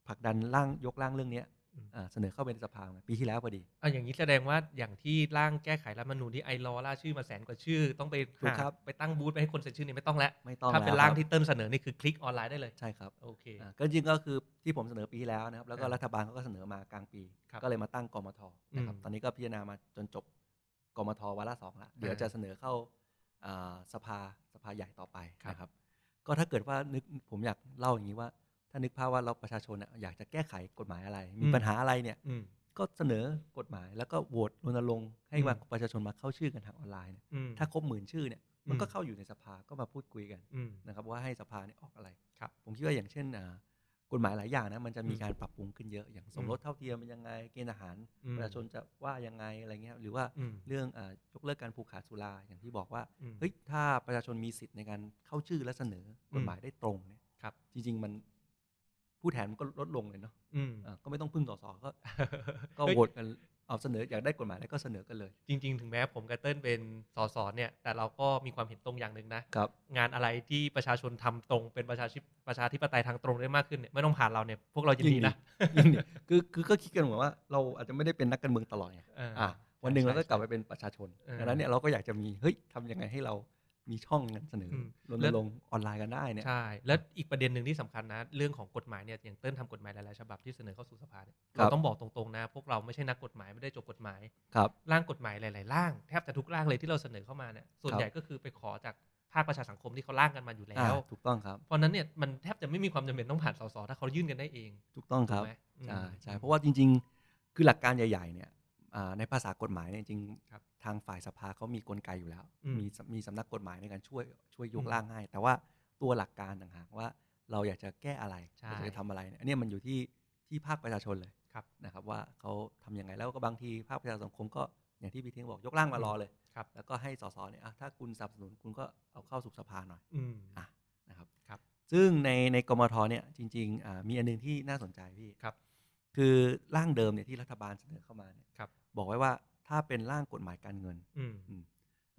ผลักดันร่างยกร่างเรื่องเนี้ยอ่าเสนอเข้าไปในสภามาปีที่แล้วพอดี
อ่ะอย่างนี้แสดงว่าอย่างที่ร่างแก้ไขรัฐธรรมนูญที่ไอรอว์ล่าชื่อมาแสนกว่าชื่อ ต้องไป
ถูก
หา
ครับ
ไปตั้งบูธไปให้คนเซ็นชื่อนี่ไม่ต้องแล้ว
ไม่ต้อง
ถ้าเป็น
แล้ว
ร่าง
คบ
ที่เติ้ลเสนอนี่คือคลิกออนไลน์ได้เลย
ใช่ครับ
โอเค
อ่ะก็จริงๆก็คือที่ผมเสนอปีที่แล้วนะครับแล้วก็
ครับ
รัฐบาลเขาก็เสนอมากลางปี
ครับ
ก็เลยมาตั้งกมทนะครับ
อืม
ตอนนี้ก็พิจารณามาจนจบกมทวาระสองละเดี๋ยว
อ่า
จะเสนอเข้าอ่าสภาสภาใหญ่ต่อไปนะครับ ก็ถ้าเกิดว่านึกผมอยากเล่าอย่างนี้ว่า ถ้านึกภาพว่าเราประชาชนน่ะอยากจะแก้ไขกฎหมายอะไร มี
อืม
ปัญหาอะไรเนี่ย
อืม
ก็เสนอกฎหมาย แล้วก็โหวตรณรงค์ให้
อืม
ว่าประชาชนมาเข้าชื่อกันทางออนไลน์เนี่ย
อืม
ถ้าครบหมื่นชื่อเนี่ยมันก็
อืม
เข้าอยู่ในสภาก็มาพูดคุยกัน
อืม
นะครับว่าให้สภาเนี่ยออกอะไร
ครับ
ผมคิดว่าอย่างเช่นอ่ากฎหมายหลายอย่างนะมันจะมีการปรับปรุงขึ้นเยอะ อย่างสมรสเท่าเทียมเป็นยังไงเกณฑ์ทหาร
อืม
ประชาชนจะว่ายังไงอะไรเงี้ยหรือว่า
อืม
เรื่องอายกเลิกการผูกขาดสุราอย่างที่บอกว่า
อืม
เฮ้ยถ้าประชาชนมีสิทธิ์ในการเข้าชื่อและเสนอกฎหมายได้ตรงเนี่ย
ครับ
จริง ๆ มันผู้แทนมันก็ลดลงเลยเนาะ
อืม
อ่าก็ไม่ต้องพึ่งสสก็ ก็
เฮ้ย
โหวตกันเอาเสนออยากได้กฎหมายอะไรก็เสนอกันเลย
จริง ๆ ถึงแม้ผมกับเติ้ลเป็นสสเนี่ยแต่เราก็มีความเห็นตรงอย่างหนึ่งนะ
ครับ
งานอะไรที่ประชาชนทำตรงเป็นประชาชิปประชาธิปไตยทางตรงได้มากขึ้นเนี่ยไม่ต้องผ่านเราเนี่ยพวกเรายินดีนะ
คือคือก็คิดกันเหมือนว่าเราอาจจะไม่ได้เป็นนักการเมืองตลอดไง
เอออ
อ่ะวันหนึ่งเราก็กลับไปเป็นประชาชน
เออ
ดังนั้นเนี่ยเราก็อยากจะมีเฮ้ยทำยังไงให้เรามีช่องกันเสนออ
ม
รณรงค์ออนไลน์กันได้เนี่ย
ใช่ แล้วอีกประเด็นหนึ่งที่สำคัญนะ เรื่องของกฎหมายเนี่ยอย่างเติ้ลทำกฎหมายหลายๆฉบับที่เสนอเข้าสู่สภาเนี่ย
ครับ
เราต้องบอกตรงๆนะ พวกเราไม่ใช่นักกฎหมายไม่ได้จบกฎหมาย
ครับ
ร่างกฎหมายหลายๆร่างแทบจะทุกร่างเลยที่เราเสนอเข้ามาเนี่ยส่วนใหญ่ก็คือไปขอจากภาคประชาสังคมที่เขาร่างกันมาอยู่แล้
อ่าว ถูกต้องครับ
เพราะฉะนั้นเนี่ยมันแทบจะไม่มีความจำเป็นต้องผ่านสสถ้าเขายื่นกันได้เอง
ถูกต้องค
ถู
รับ
กไหมอืม
ใช่ใช่เพราะว่าจริง ๆ คือหลักการใหญ่ ๆ เนี่ยอ่าในภาษากฎหมายเนี่ยจริง
ครับ
ทางฝ่ายสภาเขามีกลไกอยู่แล้ว
อืม
มีสมีสำนักกฎหมายในการช่วยช่วยย
อื
ก
ม
ร่างให้ แต่ว่าตัวหลักการต่างหากว่าเราอยากจะแก้อะไร
ใช่
เราจะทำอะไรเนี่ยอันเนี้ยมันอยู่ที่ที่ภาคประชาชนเลย
ครับ
นะครับว่าเขาทำยังไงแล้วก็บางทีภาคประชาสังคมก็อย่างที่พี่เทิ้งบอกยกร่างมารอเลย
ครับ
แล้วก็ให้สสเนี่ยอ่ะถ้าคุณสนับสนุนคุณก็เอาเข้าสู่สภาหน่อย
อืม
อ่ะนะครับ
ครับ
ซึ่งในในกมทเนี่ยจริงๆอ่ามีอันนึงที่น่าสนใจพี่
ครับ
คือร่างเดิมเนี่ยที่รัฐบาลเสนอเข้ามาเนี่ย
ครับ
บอกไว้ว่าถ้าเป็นร่างกฎหมายการเงิน
อืม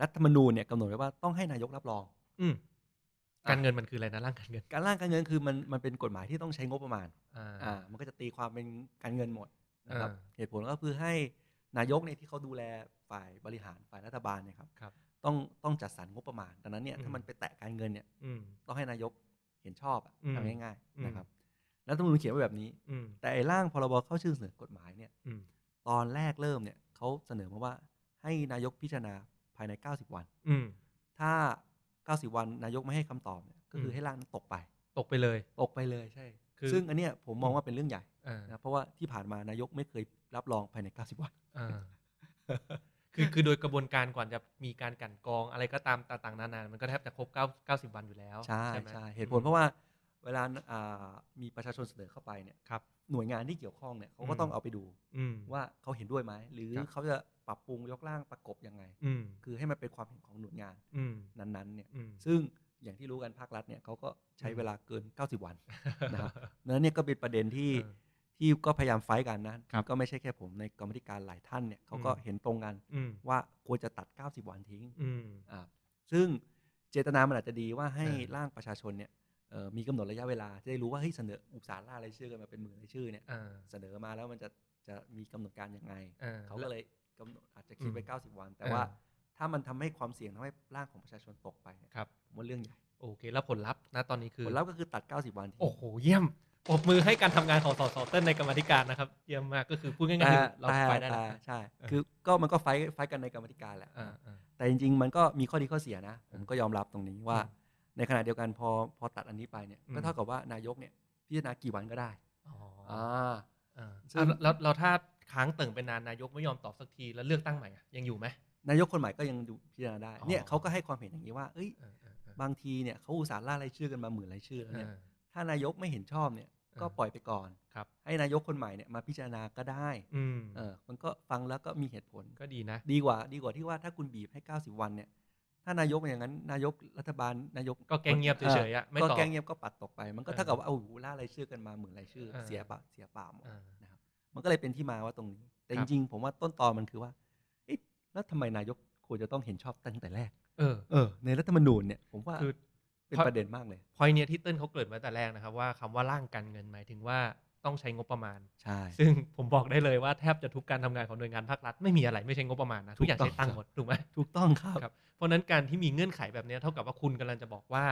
รัฐธรรมนูญเนี่ยกำหนดไว้ว่าต้องให้นายกรับรอง
อืมการเงินมันคืออะไรนะร่างการเงิน
การร่างการเงินคือมันมันเป็นกฎหมายที่ต้องใช้งบประมาณ
อ่า
อ่ามันก็จะตีความเป็นการเงินหมดนะครับ
อ่า
เหตุผลก็คือให้นายกเนี่ยที่เขาดูแลฝ่ายบริหารฝ่ายรัฐบาลเนี่ยครับ
ครับ
ต้องต้องจัดสรรงบประมาณดังนั้นเนี่ย
อืม
ถ้ามันไปแตะการเงินเนี่ย
อืม
ต้องให้นายกเห็นชอบอะ
อืม
ทำง่าย
อืม
ๆนะครับรัฐธรรมนูญเขียนไว้แบบนี้
อืม
แต่ไอ้ร่างพรบเข้าชื่อเสนอกฎหมายเนี่ย
อืม
ตอนแรกเริ่มเนี่ยเขาเสนอมาว่าให้นายกพิจารณาภายใน 90 วัน
อืม
ถ้า 90 วันนายกไม่ให้คำตอบเนี่ย ก็คือ
ม
ให้ร่างนั้นตกไป
ตกไปเลย
ตกไปเลยใช่
คือ
ซึ่งอันเนี้ยผมมองว่าเป็นเรื่องใหญ่
อ่า
นะเพราะว่าที่ผ่านมานายกไม่เคยรับรองภายใน 90 วัน
อ่าคือคือโดยกระบวนการก่อนจะมีการกลันกรองอะไรก็ตามต่างๆนานามันก็แทบจะครบ9 90 วันอยู่แล้ว
ใช่
ไม
ใช่เหตุผลเพราะว่าเวลาอ่ามีประชาชนเสนอเข้าไปเนี่ย
ครับ
หน่วยงานที่เกี่ยวข้องเนี่ยเขาก็
อืม
ต้องเอาไปดู
อืม
ว่าเขาเห็นด้วยไหมหรือ
ครับ
เขาจะปรับปรุงยกร่างประกบยังไง
อืม
คือให้มันเป็นความเห็นของหน่วยงาน
อืม
นั้นๆเนี่ย
อืม
ซึ่งอย่างที่รู้กันภาครัฐเนี่ยเขาก็ใช้
อืม
เวลาเกิน 90 วัน นะครับ นั้นเนี่ยก็เป็นประเด็นที่
เออ
ที่ก็พยายามไฟท์กันนะครับ ก็ไม่ใช่แค่ผมในกรรมธิการหลายท่านเนี่ยเขาก็
อืม
เห็นตรงกัน
อืม
ว่าควรจะตัด 90 วันทิ้ง
อืม
อ่าซึ่งเจตนามันอาจจะดีว่าให้
เออ
ร่างประชาชนเนี่ยเอ่อมีกำหนดระยะเวลาจะได้รู้ว่าเฮ้ยเสนออุปสารล่ารายชื่อกันมาเป็นหมื่นรายชื่อเนี่ย
อ่า
เสนอมาแล้วมันจะจะมีกำหนดการยังไง
อ่
เขาก็
แว
เลยกำหนดอาจจะคิดไว้
อืม
90 วัน แต่
เออ
ว่าถ้ามันทำให้ความเสี่ยงทำให้ร่างของประชาชนตกไปเนี่ย
ครับ
ผมว่าเรื่องใหญ่
โอเค แล้วผลลัพธ์นะตอนนี้คือ
ผลลัพธ์ก็คือตัด 90 วันทิ้ง
โอ้โห เยี่ยมปรบมือให้การทำงานของสสเต้นในกรรมาธิการนะครับ เยี่ยมมากก็คือพูดง่ายๆคือเราไปได้แล้ว
แต่แต่ใช่
เออ
คือก็มันก็ไฟท์ไฟท์กันในกรรมธิการแหละ
อ่าอ่า
แต่จริง ๆ มันก็มีข้อดีข้อเสียนะ ผมก็ยอมรับตรงนี้ว่า
อืม
ในขณะเดียวกันพอพอตัดอันนี้ไปเนี่ย
อืม
ก็เท่ากับว่านายกเนี่ยพิจารณากี่วันก็ได้
อ๋ออ
อ่า
อ่า
ซึ่ง
แล้วแล้วแล้วถ้าค้างเติ่งเป็นนานนายกไม่ยอมตอบสักทีแล้วเลือกตั้งใหม่อะยังอยู่ไหม
นายกคนใหม่ก็ยังดูพิจารณาได้
อ๋อ
เนี่ยเขาก็ให้ความเห็นอย่างนี้ว่า เอ้ย
เออเออเออบ
างทีเนี่ยเขาอุตส่าห์ล่ารายชื่อกันมาหมื่นรายชื่อแล้วเนี่ย
เออ
ถ้านายกไม่เห็นชอบเนี่ย
ออ
ก็ปล่อยไปก่อน
ครับ
ให้นายกคนใหม่เนี่ยมาพิจารณาก็ได้
อืม
เออ มันก็ฟังแล้วก็มีเหตุผล
ก็ดีนะ
ดีกว่าดีกว่าที่ว่าถ้าคุณบีบให้ 90 วันเนี่ย ถ้านายกเป็นอย่างนั้น นายกรัฐบาลนายก
ก็แกล้งเงียบเฉยๆอะไม่
ก็
ตอบ
แกล้งเงียบก็ปัดตกไป มันก็
เออ
เท่ากับว่าเอาหูล่ารายชื่อกันมาหมื่นรายชื่อ
เออ
เสียเปล่าเสียเปล่าหมด
อ่า
นะครับมันก็เลยเป็นที่มาว่าตรงนี้ แต่
ค
จ
รับ
ริงๆ ผมว่าต้นตอมันคือว่าเอ๊ะแล้วทำไมนายกควรจะต้องเห็นชอบตั้งแต่แรก
เออ
เออในรัฐธรรมนูญเนี่ยผมว่า
คือ
เป็นประเด็นมากเลย
พอยเนี้ยที่เติ้ลเขาเกริดมาแต่แรกนะครับว่าคำว่าร่างการเงินหมายถึงว่าต้องใช้งบประมาณ
ใช่
ซึ่งผมบอกได้เลยว่าแทบจะทุกการทำงานของหน่วยงานภาครัฐไม่มีอะไรไม่ใช่งบประมาณนะทุกอย่างใช้ตังค์หมดถูกไหม
ถูกต้องครับ
ครับ เพราะฉะนั้นการที่มีเงื่อนไขแบบเนี้ยเท่ากับว่าคุณกำลังจะบอกว่า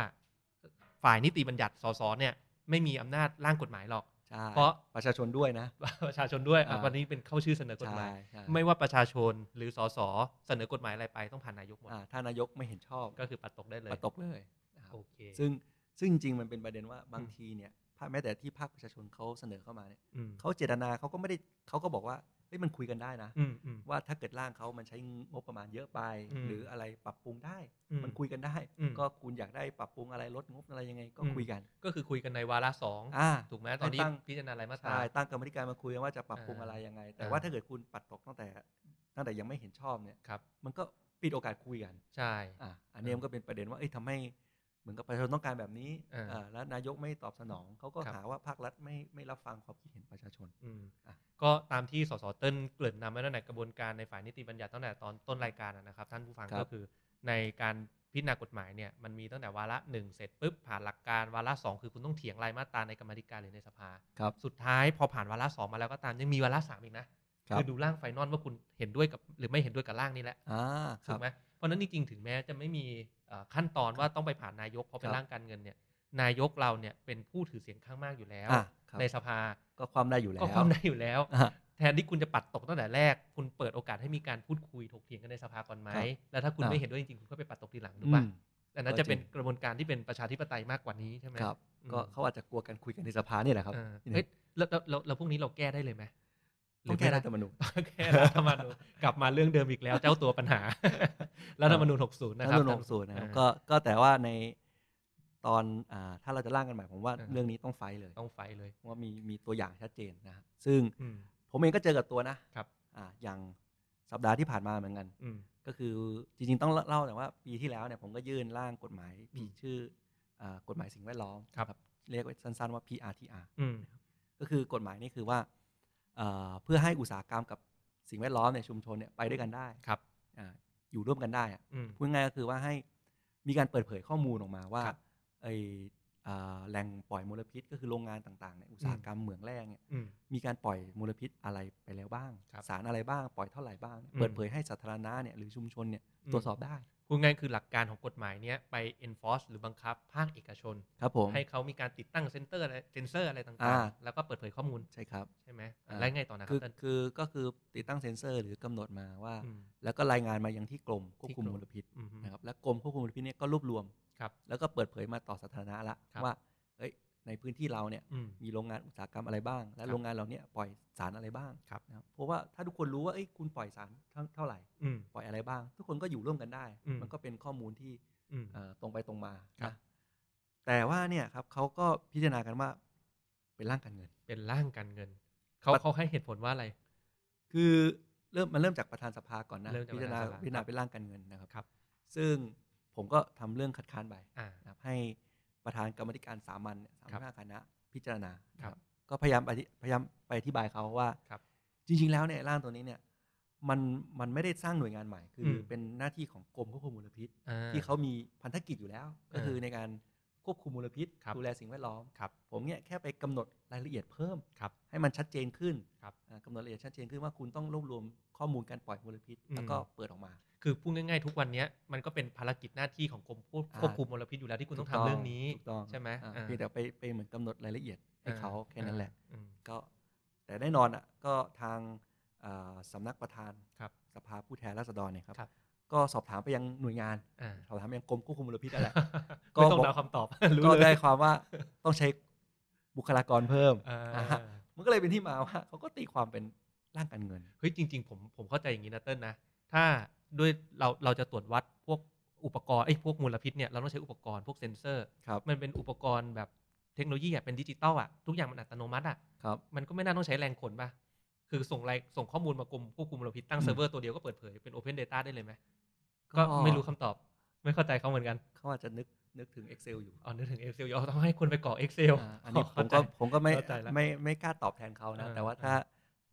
ฝ่ายนิติบัญญัติสสเนี่ยไม่มีอำนาจร่างกฎหมายหรอก
ใช่
เพราะ
ประชาชนด้วยนะ
ประชาชนด้วยอ่ะ
อ่า
วันนี้เป็นเข้าชื่อเสนอกฎหมาย
ใช่ใช่
ไม่ว่าประชาชนหรือสสเสนอกฎหมายอะไรไปต้องผ่านนายกหมด
อ่าถ้านายกไม่เห็นชอบ
ก็คือปัดตกได้เลย
ปัดตกเลยนะครับ
โอเค
ซึ่งซึ่งจริงๆมันเป็นประเด็นว่าบาง
อืม
ทีเนี่ยภาคแม้แต่ที่ภาคประชาชนเขาเสนอเข้ามาเนี่ย
อืม
เขาเจตนาเขาก็ไม่ได้เขาก็บอกว่าเฮ้ยมันคุยกันได้นะ
อืมอืม
ว่าถ้าเกิดร่างเขามันใช้งบประมาณเยอะไป
อืม
หรืออะไรปรับปรุงได้
อืม
มันคุยกันได้
อืม
ก็คุณอยากได้ปรับปรุงอะไรลดงบอะไรยังไงก็
อืม
คุยกัน
ก็คือคุยกันในวาระสอง
อ่า
ถูกไหมตอนนี้
ให้ตั้ง
พิจารณารายมาตรา
ใช่ตั้งกรรมธิการมาคุยกันว่าจะปรับปรุง
อ่า
อะไรยังไง แต่
อ่า
ว่าถ้าเกิดคุณปัดตกตั้งแต่ตั้งแต่ยังไม่เห็นชอบเนี่ย
ครับ
มันก็ปิดโอกาสคุยกัน
ใช่
อ่ะอันนี้
เออ
มันก็เป็นประเด็นว่าเอ้ยทำให้เหมือนกับประชาชนต้องการแบบนี้
เอออ่
าแล้วนายกไม่ตอบสนองเขาก็
ครับ
หาว่าภาครัฐไม่ไม่รับฟังความคิดเห็นประชาชน
อืม
อ่ะ
ก็ตามที่สสเติ้ลเกริ่นนำไว้ตั้งแต่กระบวนการในฝ่ายนิติบัญญัติตั้งแต่ตอนต้นรายการอะนะครับ ท่านผู้ฟังก็คือในการพิจารณากฎหมายเนี่ยมันมีตั้งแต่วาระหนึ่งเสร็จปุ๊บผ่านหลักการวาระสองคือคุณต้องเถียงรายมาตราในกรรมาธิการหรือในสภา
ครับ
สุดท้ายพอผ่านวาระสองมาแล้วก็ตามยังมีวาระสามอีกนะครับ อดูร่างไฟนอลว่าคุณเห็นด้วยกับหรือไม่เห็นด้วยกับร่างนี้แหละ
อ่าค
ถู
รับ
กไหมเพราะฉะนั้นจริงๆถึงแม้จะไม่มีเอ่อขั้นตอนว่าต้องไปผ่านนายกเพราะเป็
ค
น
รับ
ร่างการเงินเนี่ยนายกเราเนี่ยเป็นผู้ถือเสียงข้างมากอยู่แล้ว
อ่ะครับ
ในสภา
ก็ความได้อยู่แล้ว
ก็ความได้อยู่แล้ว
อ่ะ
แทนที่คุณจะปัดตกตั้งแต่แรก คุณเปิดโอกาสให้มีการพูดคุยถกเถียงกันในสภาก่อนไหม
ครับ
แล้วถ้าคุณ
อ่า
ไม่เห็นด้วยจริงๆ คุณก็ไปปัดตกทีหลังถู
อื
กป่ะ
ม
อันนั้นจะเป็น
ก็จริง
กระบวนการที่เป็นประชาธิปไตยมากกว่านี้ใช่ไหม
ครับ
อืม
ก็เขาอาจจะกลัวกันคุยกันในสภาเนี่ยแหละครับ
เออเฮ้ยแล้วแล้วแล้วแล้วพวกนี้เราแก้ได้เลยไหม
ต้องแก้รัฐธร
ห
รมนูญ
รือไม่ได้ แก้รัฐธรรมนูญกลับมาเรื่องเดิมอีกแล้วเจ้าตัวปัญ หา รัฐธรรมนูญ60 นะ
รัฐ
ค
ธรรม
รับ
นูญหกศูนย์นะครับก็ก็แต่ว่าในตอนอ่าถ้าเราจะร่างกันใหม่ผมว่าเรื่องนี้ต้องไฟท์เลย
ต้องไฟท์เลย
เพราะว่ามีมีตัวอย่างชัดเจนนะฮะซึ่ง
อืม
ผมเองก็เจอกับตัวนะครับ อ่าอย่างสัปดาห์ที่ผ่านมาเหมือนกัน
อืม
ก็คือจริงๆต้องเล่าแต่อยว่าปีที่แล้วเนี่ยผมก็ยื่นร่างกฎหมาย
อืม
ชื่ออากฎหมายสิ่งแวดล้อม
ครับ
เรียกไว้สั้นๆว่า PRTR
อืม
ก็คือกฎหมายนี่คือว่าเอ่อเพื่อให้อุตสาหกรรมกับสิ่งแวดล้อมในชุมชนเนี่ยไปด้วยกันได้
ครับ
อ่าอยู่ร่วมกันได้อะ
อืม
พูดง่ายๆก็คือว่าให้มีการเปิดเผยข้อมูลออกมาว่า
ครับ
ไออ่าแหล่งปล่อยมลพิษ ก็คือโรงงานต่างๆในยอุตสาหกรรมเหมืองแร่เนี่ย
อืม
มีการปล่อยมลพิษอะไรไปแล้วบ้าง
ครับ
สารอะไรบ้างปล่อยเท่าไหร่บ้างเนี่ย
อืม
เปิดเผยให้สาธารณะเนี่ยหรือชุมชนเนี่ย
อืม
ตรวจสอบได้
พูดง่ายคือหลักการของกฎหมายเนี้ยไป enforce หรือบังคับภาคเอกชน
ครับผม
ให้เขามีการติดตั้งเซ็นเตอร์อะไรเซ็นเซอร์อะไร
อ่า
ต่างๆ แล้วก็เปิดเผยข้อมูล
ใช่ครับ
ใช่ไหม
อ่า
แล้วไงต่อนะครั
คื
บ
อ
ท่าน
คือก็คือติดตั้งเซ็นเซอร์ หรือกำหนดมาว่า
อืม
แล้วก็รายงานมายังที่กรมควบคุม
ที่กรม
มลพิษ
อืม
นะครับและกรมควบคุมมลพิษเนี่ยก็รวบรวม
ครับ
แล้วก็เปิดเผยมาต่อสาธารณะละ
ครับ
ว่าเอ้ยในพื้นที่เราเนี่ย
อืม
มีโรงงานอุตสาหกรรมอะไรบ้าง และ
ครับ
โรงงานเราเนี่ยปล่อยสารอะไรบ้าง
ครับ
นะเพราะว่าถ้าทุกคนรู้ว่าเอ้ยคุณปล่อยสารเท่าเท่าไหร่
อืม
ปล่อยอะไรบ้าง ทุกคนก็อยู่ร่วมกันได้
อืม
มันก็เป็นข้อมูลที่
อืม
เอ่อตรงไปตรงมา
ครับ
นะแต่ว่าเนี่ยครับเขาก็พิจารณากันว่าเป็นร่างการเงิน
เป็นร่างการเงิน เขาเขาให้เหตุผลว่าอะไร
คือเริ่มมันเริ่มจากประธานสภาก่อนนะ
เริ่มจาก
พิจารณา
ประธานสภา
พิจารณา
ครับ
เป็นร่างการเงินนะครับ
ครับ
ซึ่งผมก็ทำเรื่องคัดค้านไป
อ่า
นะครับให้ประธานกรรมธิการสามัญเนี่ยสา
ครับ
มัญคณะพิจารณานะครับ ก็พยายามอธิพยายามไปอธิบายเขาว่า
ครับ
จริง ๆ แล้วเนี่ยร่างตัวนี้เนี่ยมันมันไม่ได้สร้างหน่วยงานใหม่ คืออ
ม
เป็นหน้าที่ของกรมควบคุมมลพิษ
อ่
ที่เขามีพันธกิจอยู่แล้ว ก็
อ่า
คือในการควบคุมมลพิษ
ครับ
ดูแลสิ่งแวดล้อม
ครับ
ผมเนี่ยแค่ไปกำหนดรายละเอียดเพิ่ม
ครับ
ให้มันชัดเจนขึ้น
ครับ
อ่ากำหนดรายละเอียดชัดเจนขึ้นว่าคุณต้องรวบรวมข้อมูลการปล่อยมลพิษ
อืม
แล้วก็เปิดออกมา
คือพูดง่ายๆทุกวันเนี้ยมันก็เป็นภารกิจหน้าที่ของกรมควบ
อ่า
ควบคุมมลพิษอยู่แล้วที่คุณต้องทำเรื่องนี้
ถูกต้อง
ใช่ไหม
อ่า
อ่า
เพียงแต่ไปไปเหมือนกำหนดรายละเอียดให้เขาแค่นั้นแหละ
อืม
ก็แต่แน่นอนอ่ะก็ทางอ่าสำนักประธาน
ครับ
สภาผู้แทนราษฎรเนี่ยครับ
ครับ
ก็สอบถามไปยังหน่วยงาน
อ่า
สอบถามไปยังกรมควบคุมมลพิษนั่นแหละ ก็
ไม่ต้อง
บอก
เดาคำตอบ รู้
ก็
เลย
ได้ความว่าต้องใช้บุคลากรเพิ่ม
อ่า
อ่าฮะมันก็เลยเป็นที่มาว่าเขาก็ตีความเป็นร่างการเงิน
เฮ้ยจริง ๆ ผมผมเข้าใจอย่างนี้นะเติ้ลนะ ถ้าด้วยเราเราจะตรวจวัดพวกอุปกรณ์ไอ้ยพวกมลพิษเนี่ยเราต้องใช้อุปกรณ์พวกเซ็นเซอร์
ครับ
มันเป็นอุปกรณ์แบบเทคโนโลยีอะเป็นดิจิตอลอะทุกอย่างมันอัตโนมัติอะ
ครับ
มันก็ไม่น่าต้องใช้แรงคนป่ะ คือส่งไลน์ส่งข้อมูลมากรมควบคุมมลพิษตั้ง
อืม
เซิร์ฟเวอร์ตัวเดียวก็เปิดเผยเป็น Open Data ได้เลยไหมก็ไม่รู้คำตอบ ไม่เข้าใจเขาเหมือนกัน
เขาอาจจะนึกนึกถึง Excel อยู่
อ๋อนึกถึง Excel อ๋อต้องให้คนไปก่อ Excel
อ่าอันนี้ผมก็
เข้าใจ
ผมก็ไม่
เข้าใจละ
ไม่ไม่กล้าตอบแทนเขานะ
อ่า
แต่ว่า
อ่า
ถ้า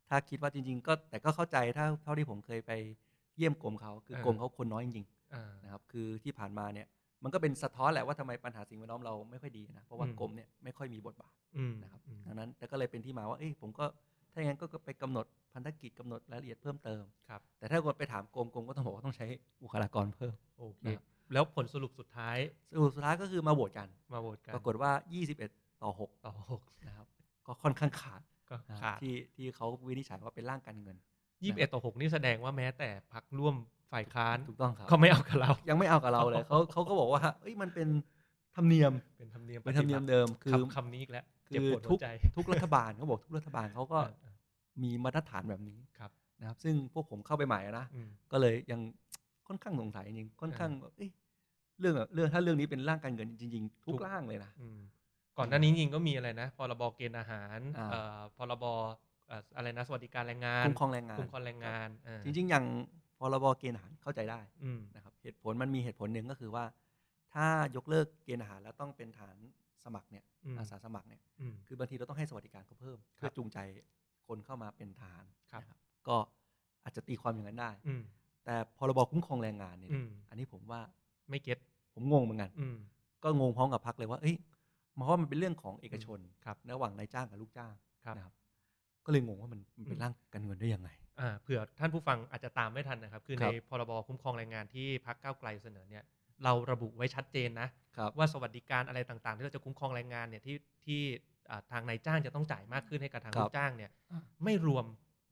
ถ้าคิดว่าจริง ๆ ก็แต่ก็เข้าใจถ้าเท่าที่ผมเคยไปเยี่ยมกรมเขาคือ
เออ
กรมเขาคนน้อยจริง
อ่า
ๆนะครับคือที่ผ่านมาเนี่ยมันก็เป็นสะท้อนแหละว่าทำไมปัญหาสิ่งแวดล้อมเราไม่ค่อยดีนะเพราะว่า
อืม
กรมเนี่ยไม่ค่อยมีบทบาท
อืม
นะครับ
อืม
ดังนั้นแต่ก็เลยเป็นที่มาว่า เอ้ยผมก็ถ้าอย่างนั้นก็ไปกำหนดพันธกิจกำหนดรายละเอียดเพิ่มเติม
ครับ
แต่ถ้าคนไปถามกรมกรมก็ต้องบอกว่าต้องใช้บุคลากรเพิ่ม
โอเค
นะครับ
แล้วผลสรุปสุดท้าย
สรุปสุดท้ายก็คือมาโหวตกัน
มาโหวตกัน
ปรากฏว่า 21 ต่อ
ต่อหก
6 นะครับ ก็ค่อนข้างขาด
ก็
นะครับ
ขาด
ที่ที่เขาวินิจฉัยว่าเป็นร่างการเงิน
ยี่สิบเอ็ดต่อหกนี่แสดงว่าแม้แต่พักร่วมฝ่ายค้าน
ถูกต้องครับ
เขาไม่เอากับเรา
ยังไม่เอากับเราเลยเขาเขาก็บอกว่าเอ้ยมันเป็นธรรมเนียม
เป็นธรรมเนียม
เป็นธรรมเนียมเดิม
คื
คือ อ
คำนี้อีกแล้ว
คื
เจ็บ
อ
ปวดหั
ทุ
ว
ก
ใจ
ทุกรัฐบาลเขาบอกทุกรัฐบาลเขาก็
เออ
มีมาตรฐานแบบนี้
ครับ
นะครับ ซึ่งพวกผมเข้าไปใหม่อะนะ
อืม
ก็เลยยังค่อนข้างสงสัยจริงๆค่อนข้างแบบเอ้ยเรื่องอะเรื่องถ้าเรื่องนี้เป็นร่างการเงินจริงๆ ทุ
ถู
ก
ก
ร่างเลยนะ
อืมก่อนหน้านี้จริงๆก็มีอะไรนะพรบเกณฑ์อาหาร
อ่า
เอ่อพรบเอ่ออะไรนะสวัสดิการแรงงาน
คุ้มครองแรงงาน
คุ้มครองแรงงานเออ
จริงๆ อย่างพรบเกณฑ์อาหารเข้าใจได้
อืม
นะครับเหตุผลมันมีเหตุผลหนึ่งก็คือว่า ถ้ายกเลิกเกณฑ์อาหารแล้วต้องเป็นฐานสมัครเนี่ย
อืม
อาสาสมัครเนี่ย
อืม
คือบางทีเราต้องให้สวัสดิการเขาเพิ่ม
ครั
เพื่อบ จูงใจคนเข้ามาเป็นฐาน
ครับ
นะก็อาจจะตีความอย่างนั้นได้
อืม
แต่พรบคุ้มครองแรงงานเนี่ย
อืม
อันนี้ผมว่า
ไม่เก็ต
ผมงงเหมือนกัน
อืม
ก็งงพร้อมกับพักเลยว่า เอ้ยเพราะว่ามันเป็นเรื่องของเอกชน
ครับ
ระหว่างนายจ้างกับลูกจ้าง
ครับ
นะครับ ก็เลยงงว่ามันมันเป็
อื
น
ม
ร่างการเงินได้ยังไง
อ่าเผื่อท่านผู้ฟังอาจจะตามไม่ทันนะครับ คือ
ค
ใน
รับ
พรบคุ้มครองแรงงานที่พักก้าวไกลเสนอเนี่ยเราระบุไว้ชัดเจนนะครับ ว่าสวัสดิการอะไรต่างๆ ที่เราจะคุ้มครองแรงงานเนี่ยที่ที่อ่าทางนายจ้างจะต้องจ่ายมากขึ้นให้กับทาง
ครับ
ลูกจ้างเนี่ย
อ่า
ไม่รวม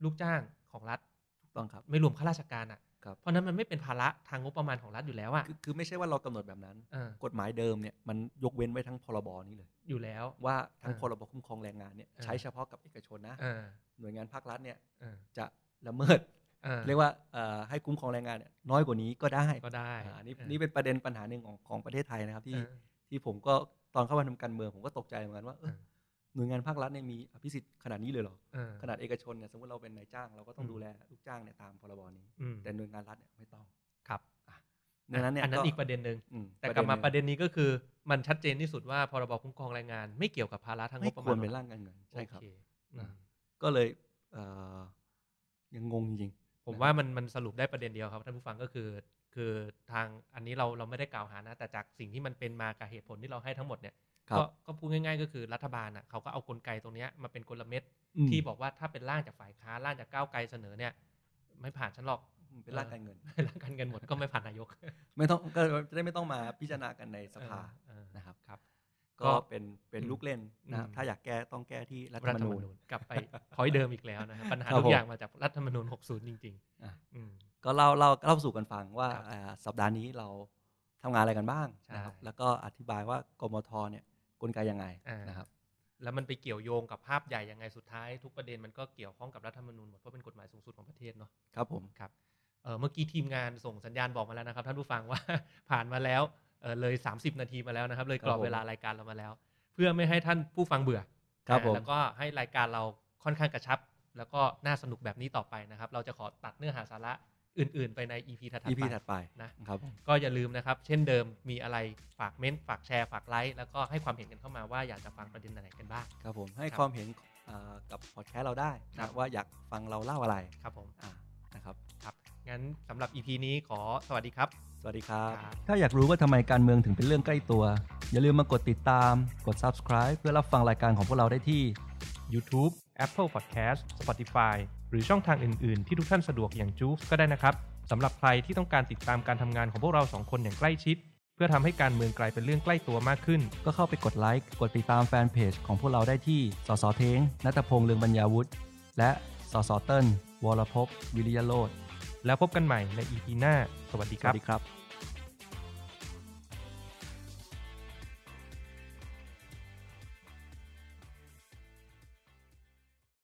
ลูกจ้างของรัฐ
ถูกต้องครับ
ไม่รวมข้าราชการอ่ะ
ครับ
เพราะฉะนั้นมันไม่เป็นภาระทางงบประมาณของรัฐอยู่แล้วอ่ะ
คือคือไม่ใช่ว่าเรากำหนดแบบนั้น
เออก
ฎหมายเดิมเนี่ยมันยกเว้นไว้ทั้งพรบนี้เลย
อยู่แล้ว
ว่าทั้ง
เออ
พรบคุ้มครองแรงงานเนี่ย
เออ
ใช้เฉพาะกับเอกชนนะ
เออ
หน่วยงานภาครัฐเนี่ย
เออ
จะละเมิด
เออ
เรียกว่าเอ่อให้คุ้มครองแรงงานเนี่ยน้อยกว่านี้ก็ได้
ก็ได้
อ่านี่นี่เป็นประเด็นปัญหาหนึ่งของของประเทศไทยนะครับที่
เออ
ที่ผมก็ตอนเข้ามาทำการเมืองผมก็ตกใจเหมือนกันว่าเอ้ย
อ่า
หน่วยงานภาครัฐเนี่ยมีอภิสิทธิ์ขนาดนี้เลยเหรอ
เออ
ขนาดเอกชนเนี่ยสมมติเราเป็นนายจ้างเราก็ต้อง
อืม
ดูแลลูกจ้างเนี่ยตามพรบนี้
อืม
แต่หน่วยงานรัฐเนี่ยไม่ต้อง
ครับ
ดังนั้นเนี่ย
อันนั้นอีกประเด็นหนึ่ง
ม
แต่กลับมาประ
ห
เด็นนี้ก็คือมันชัดเจนที่สุดว่าพรบคุ้มครองแรงงาน ไม่เกี่ยวกับภาระทา
ง
งง
ไม่
บประ
ค
มาว
ร
ณ
เป็นร่างการเงินใช่ครับ
โอเอืม
ก็เลยเอ่อยังงงจริง
ผมว่ามันมันสรุปได้ประเด็นเดียวครับท่านผู้ฟังก็คือ คือทางอันนี้เราเราไม่ได้กล่าวหานะ แต่จากสิ่งที่มันเป็นมากับเหตุผลที่เราให้ทั้งหมดเนี่ย
ครับ
ก็ก็พูดง่าย ๆ ก็คือรัฐบาลอ่ะเขาก็เอากลไกตรงเนี้ยมาเป็นกลเม็ด
ๆอืม
ที่บอกว่าถ้าเป็นร่างจากฝ่ายค้านร่างจากก้าวไกลเสนอเนี่ย ไม่ผ่านฉันหรอก
เป็นร่างการเงิน
ร่างกันกันหมดก็ไม่ผ่านนายก
ไม่ต้องก็จะได้ไม่ต้องมาพิจารณากันในสภา
เออ
นะครับ
ครับ
ก็เป็นเป็นลูกเล่นนะครับ
อืม
ถ้าอยากแก้ต้องแก้ที่รัฐธร
รัฐ
รม
ธรรม
นูญ
นูญกลับไปพอยเดิมอีกแล้วนะครับปัญหา
ครับ
ทุกอย่าง
ผม
มาจากรัฐธรรมนูญ 60 จริง
อ่ะ
ๆอืม
ก็เล่าเล่าเล่าสู่กันฟังว่า
ครับ
อ่าสัปดาห์นี้เรา ทำงานอะไรกันบ้างนะครับ
ใช่
แล้วก็อธิบายว่ากมทเนี่ยกลไกยังไง
อ่าน
นะครับ
แล้วมันไปเกี่ยวโยงกับภาพใหญ่ยังไงสุดท้าย ทุกประเด็นมันก็เกี่ยวข้องกับรัฐธรรมนูญหมดเพราะเป็นกฎหมายสูงสุดของประเทศเนาะ
ครับผม
ครับเอ่อเมื่อกี้ทีมงานส่งสัญญาณบอกมาแล้วนะครับ ท่านผู้ฟังว่า ผ่านมาแล้วเอ่อเลย 30 นาทีมาแล้วนะครับ เลยกรอ
ครั
บ
บผม
เวลารายการเรามาแล้ว เพื่อไม่ให้ท่านผู้ฟังเบื่อ
ครับผม
อ่าแล้วก็ให้รายการเราค่อนข้างกระชับ แล้วก็น่าสนุกแบบนี้ต่อไปนะครับ เราจะขอตัดเนื้อหาสาระอื่น ๆ ไปใน EP ถัดๆไป
EP ถัดไป
นะ
ครับผม
ก็อย่าลืมนะครับ เช่นเดิมมีอะไรฝากเม้นต์ฝากแชร์ฝากไลค์แล้วก็ให้ความเห็นกันเข้ามาว่าอยากจะฟังประเด็นไหนกันบ้าง
ครับผมให้
ครับ
ความเห็นอ่ากับพอดแคสต์เราได้
ครั
นะ
บ
ว่าอยากฟังเราเล่าอะไร
ครับผม
อ่านะครับ
ครับงั้นสำหรับ EP นี้ขอสวัสดีครับ
สวัสดีครับ
ครับ
ถ้าอยากรู้ว่าทำไมการเมืองถึงเป็นเรื่องใกล้ตัว อย่าลืมมากดติดตาม กด subscribe เพื่อรับฟังรายการของพวกเราได้ที่
YouTube, Apple Podcast, Spotify หรือช่องทางอื่น ๆ ที่ทุกท่านสะดวกอย่างจูฟก็ได้นะครับ สำหรับใครที่ต้องการติดตามการทำงานของพวกเราสองคนอย่างใกล้ชิด เพื่อทำให้การเมืองกลายเป็นเรื่องใกล้ตัวมากขึ้น
ก็เข้าไปกดไลค์ กดติดตามแฟนเพจของพวกเราได้ที่ สสเทงนัตพงษ์เลืองบรรยาวุฒิ และ สสเติ้ลวรภพวิริยโรธ
แล้วพบกันใหม่ใน EP หน้า สวัสดี
ส
ค
วั
รั
ส
บ
ดีครับ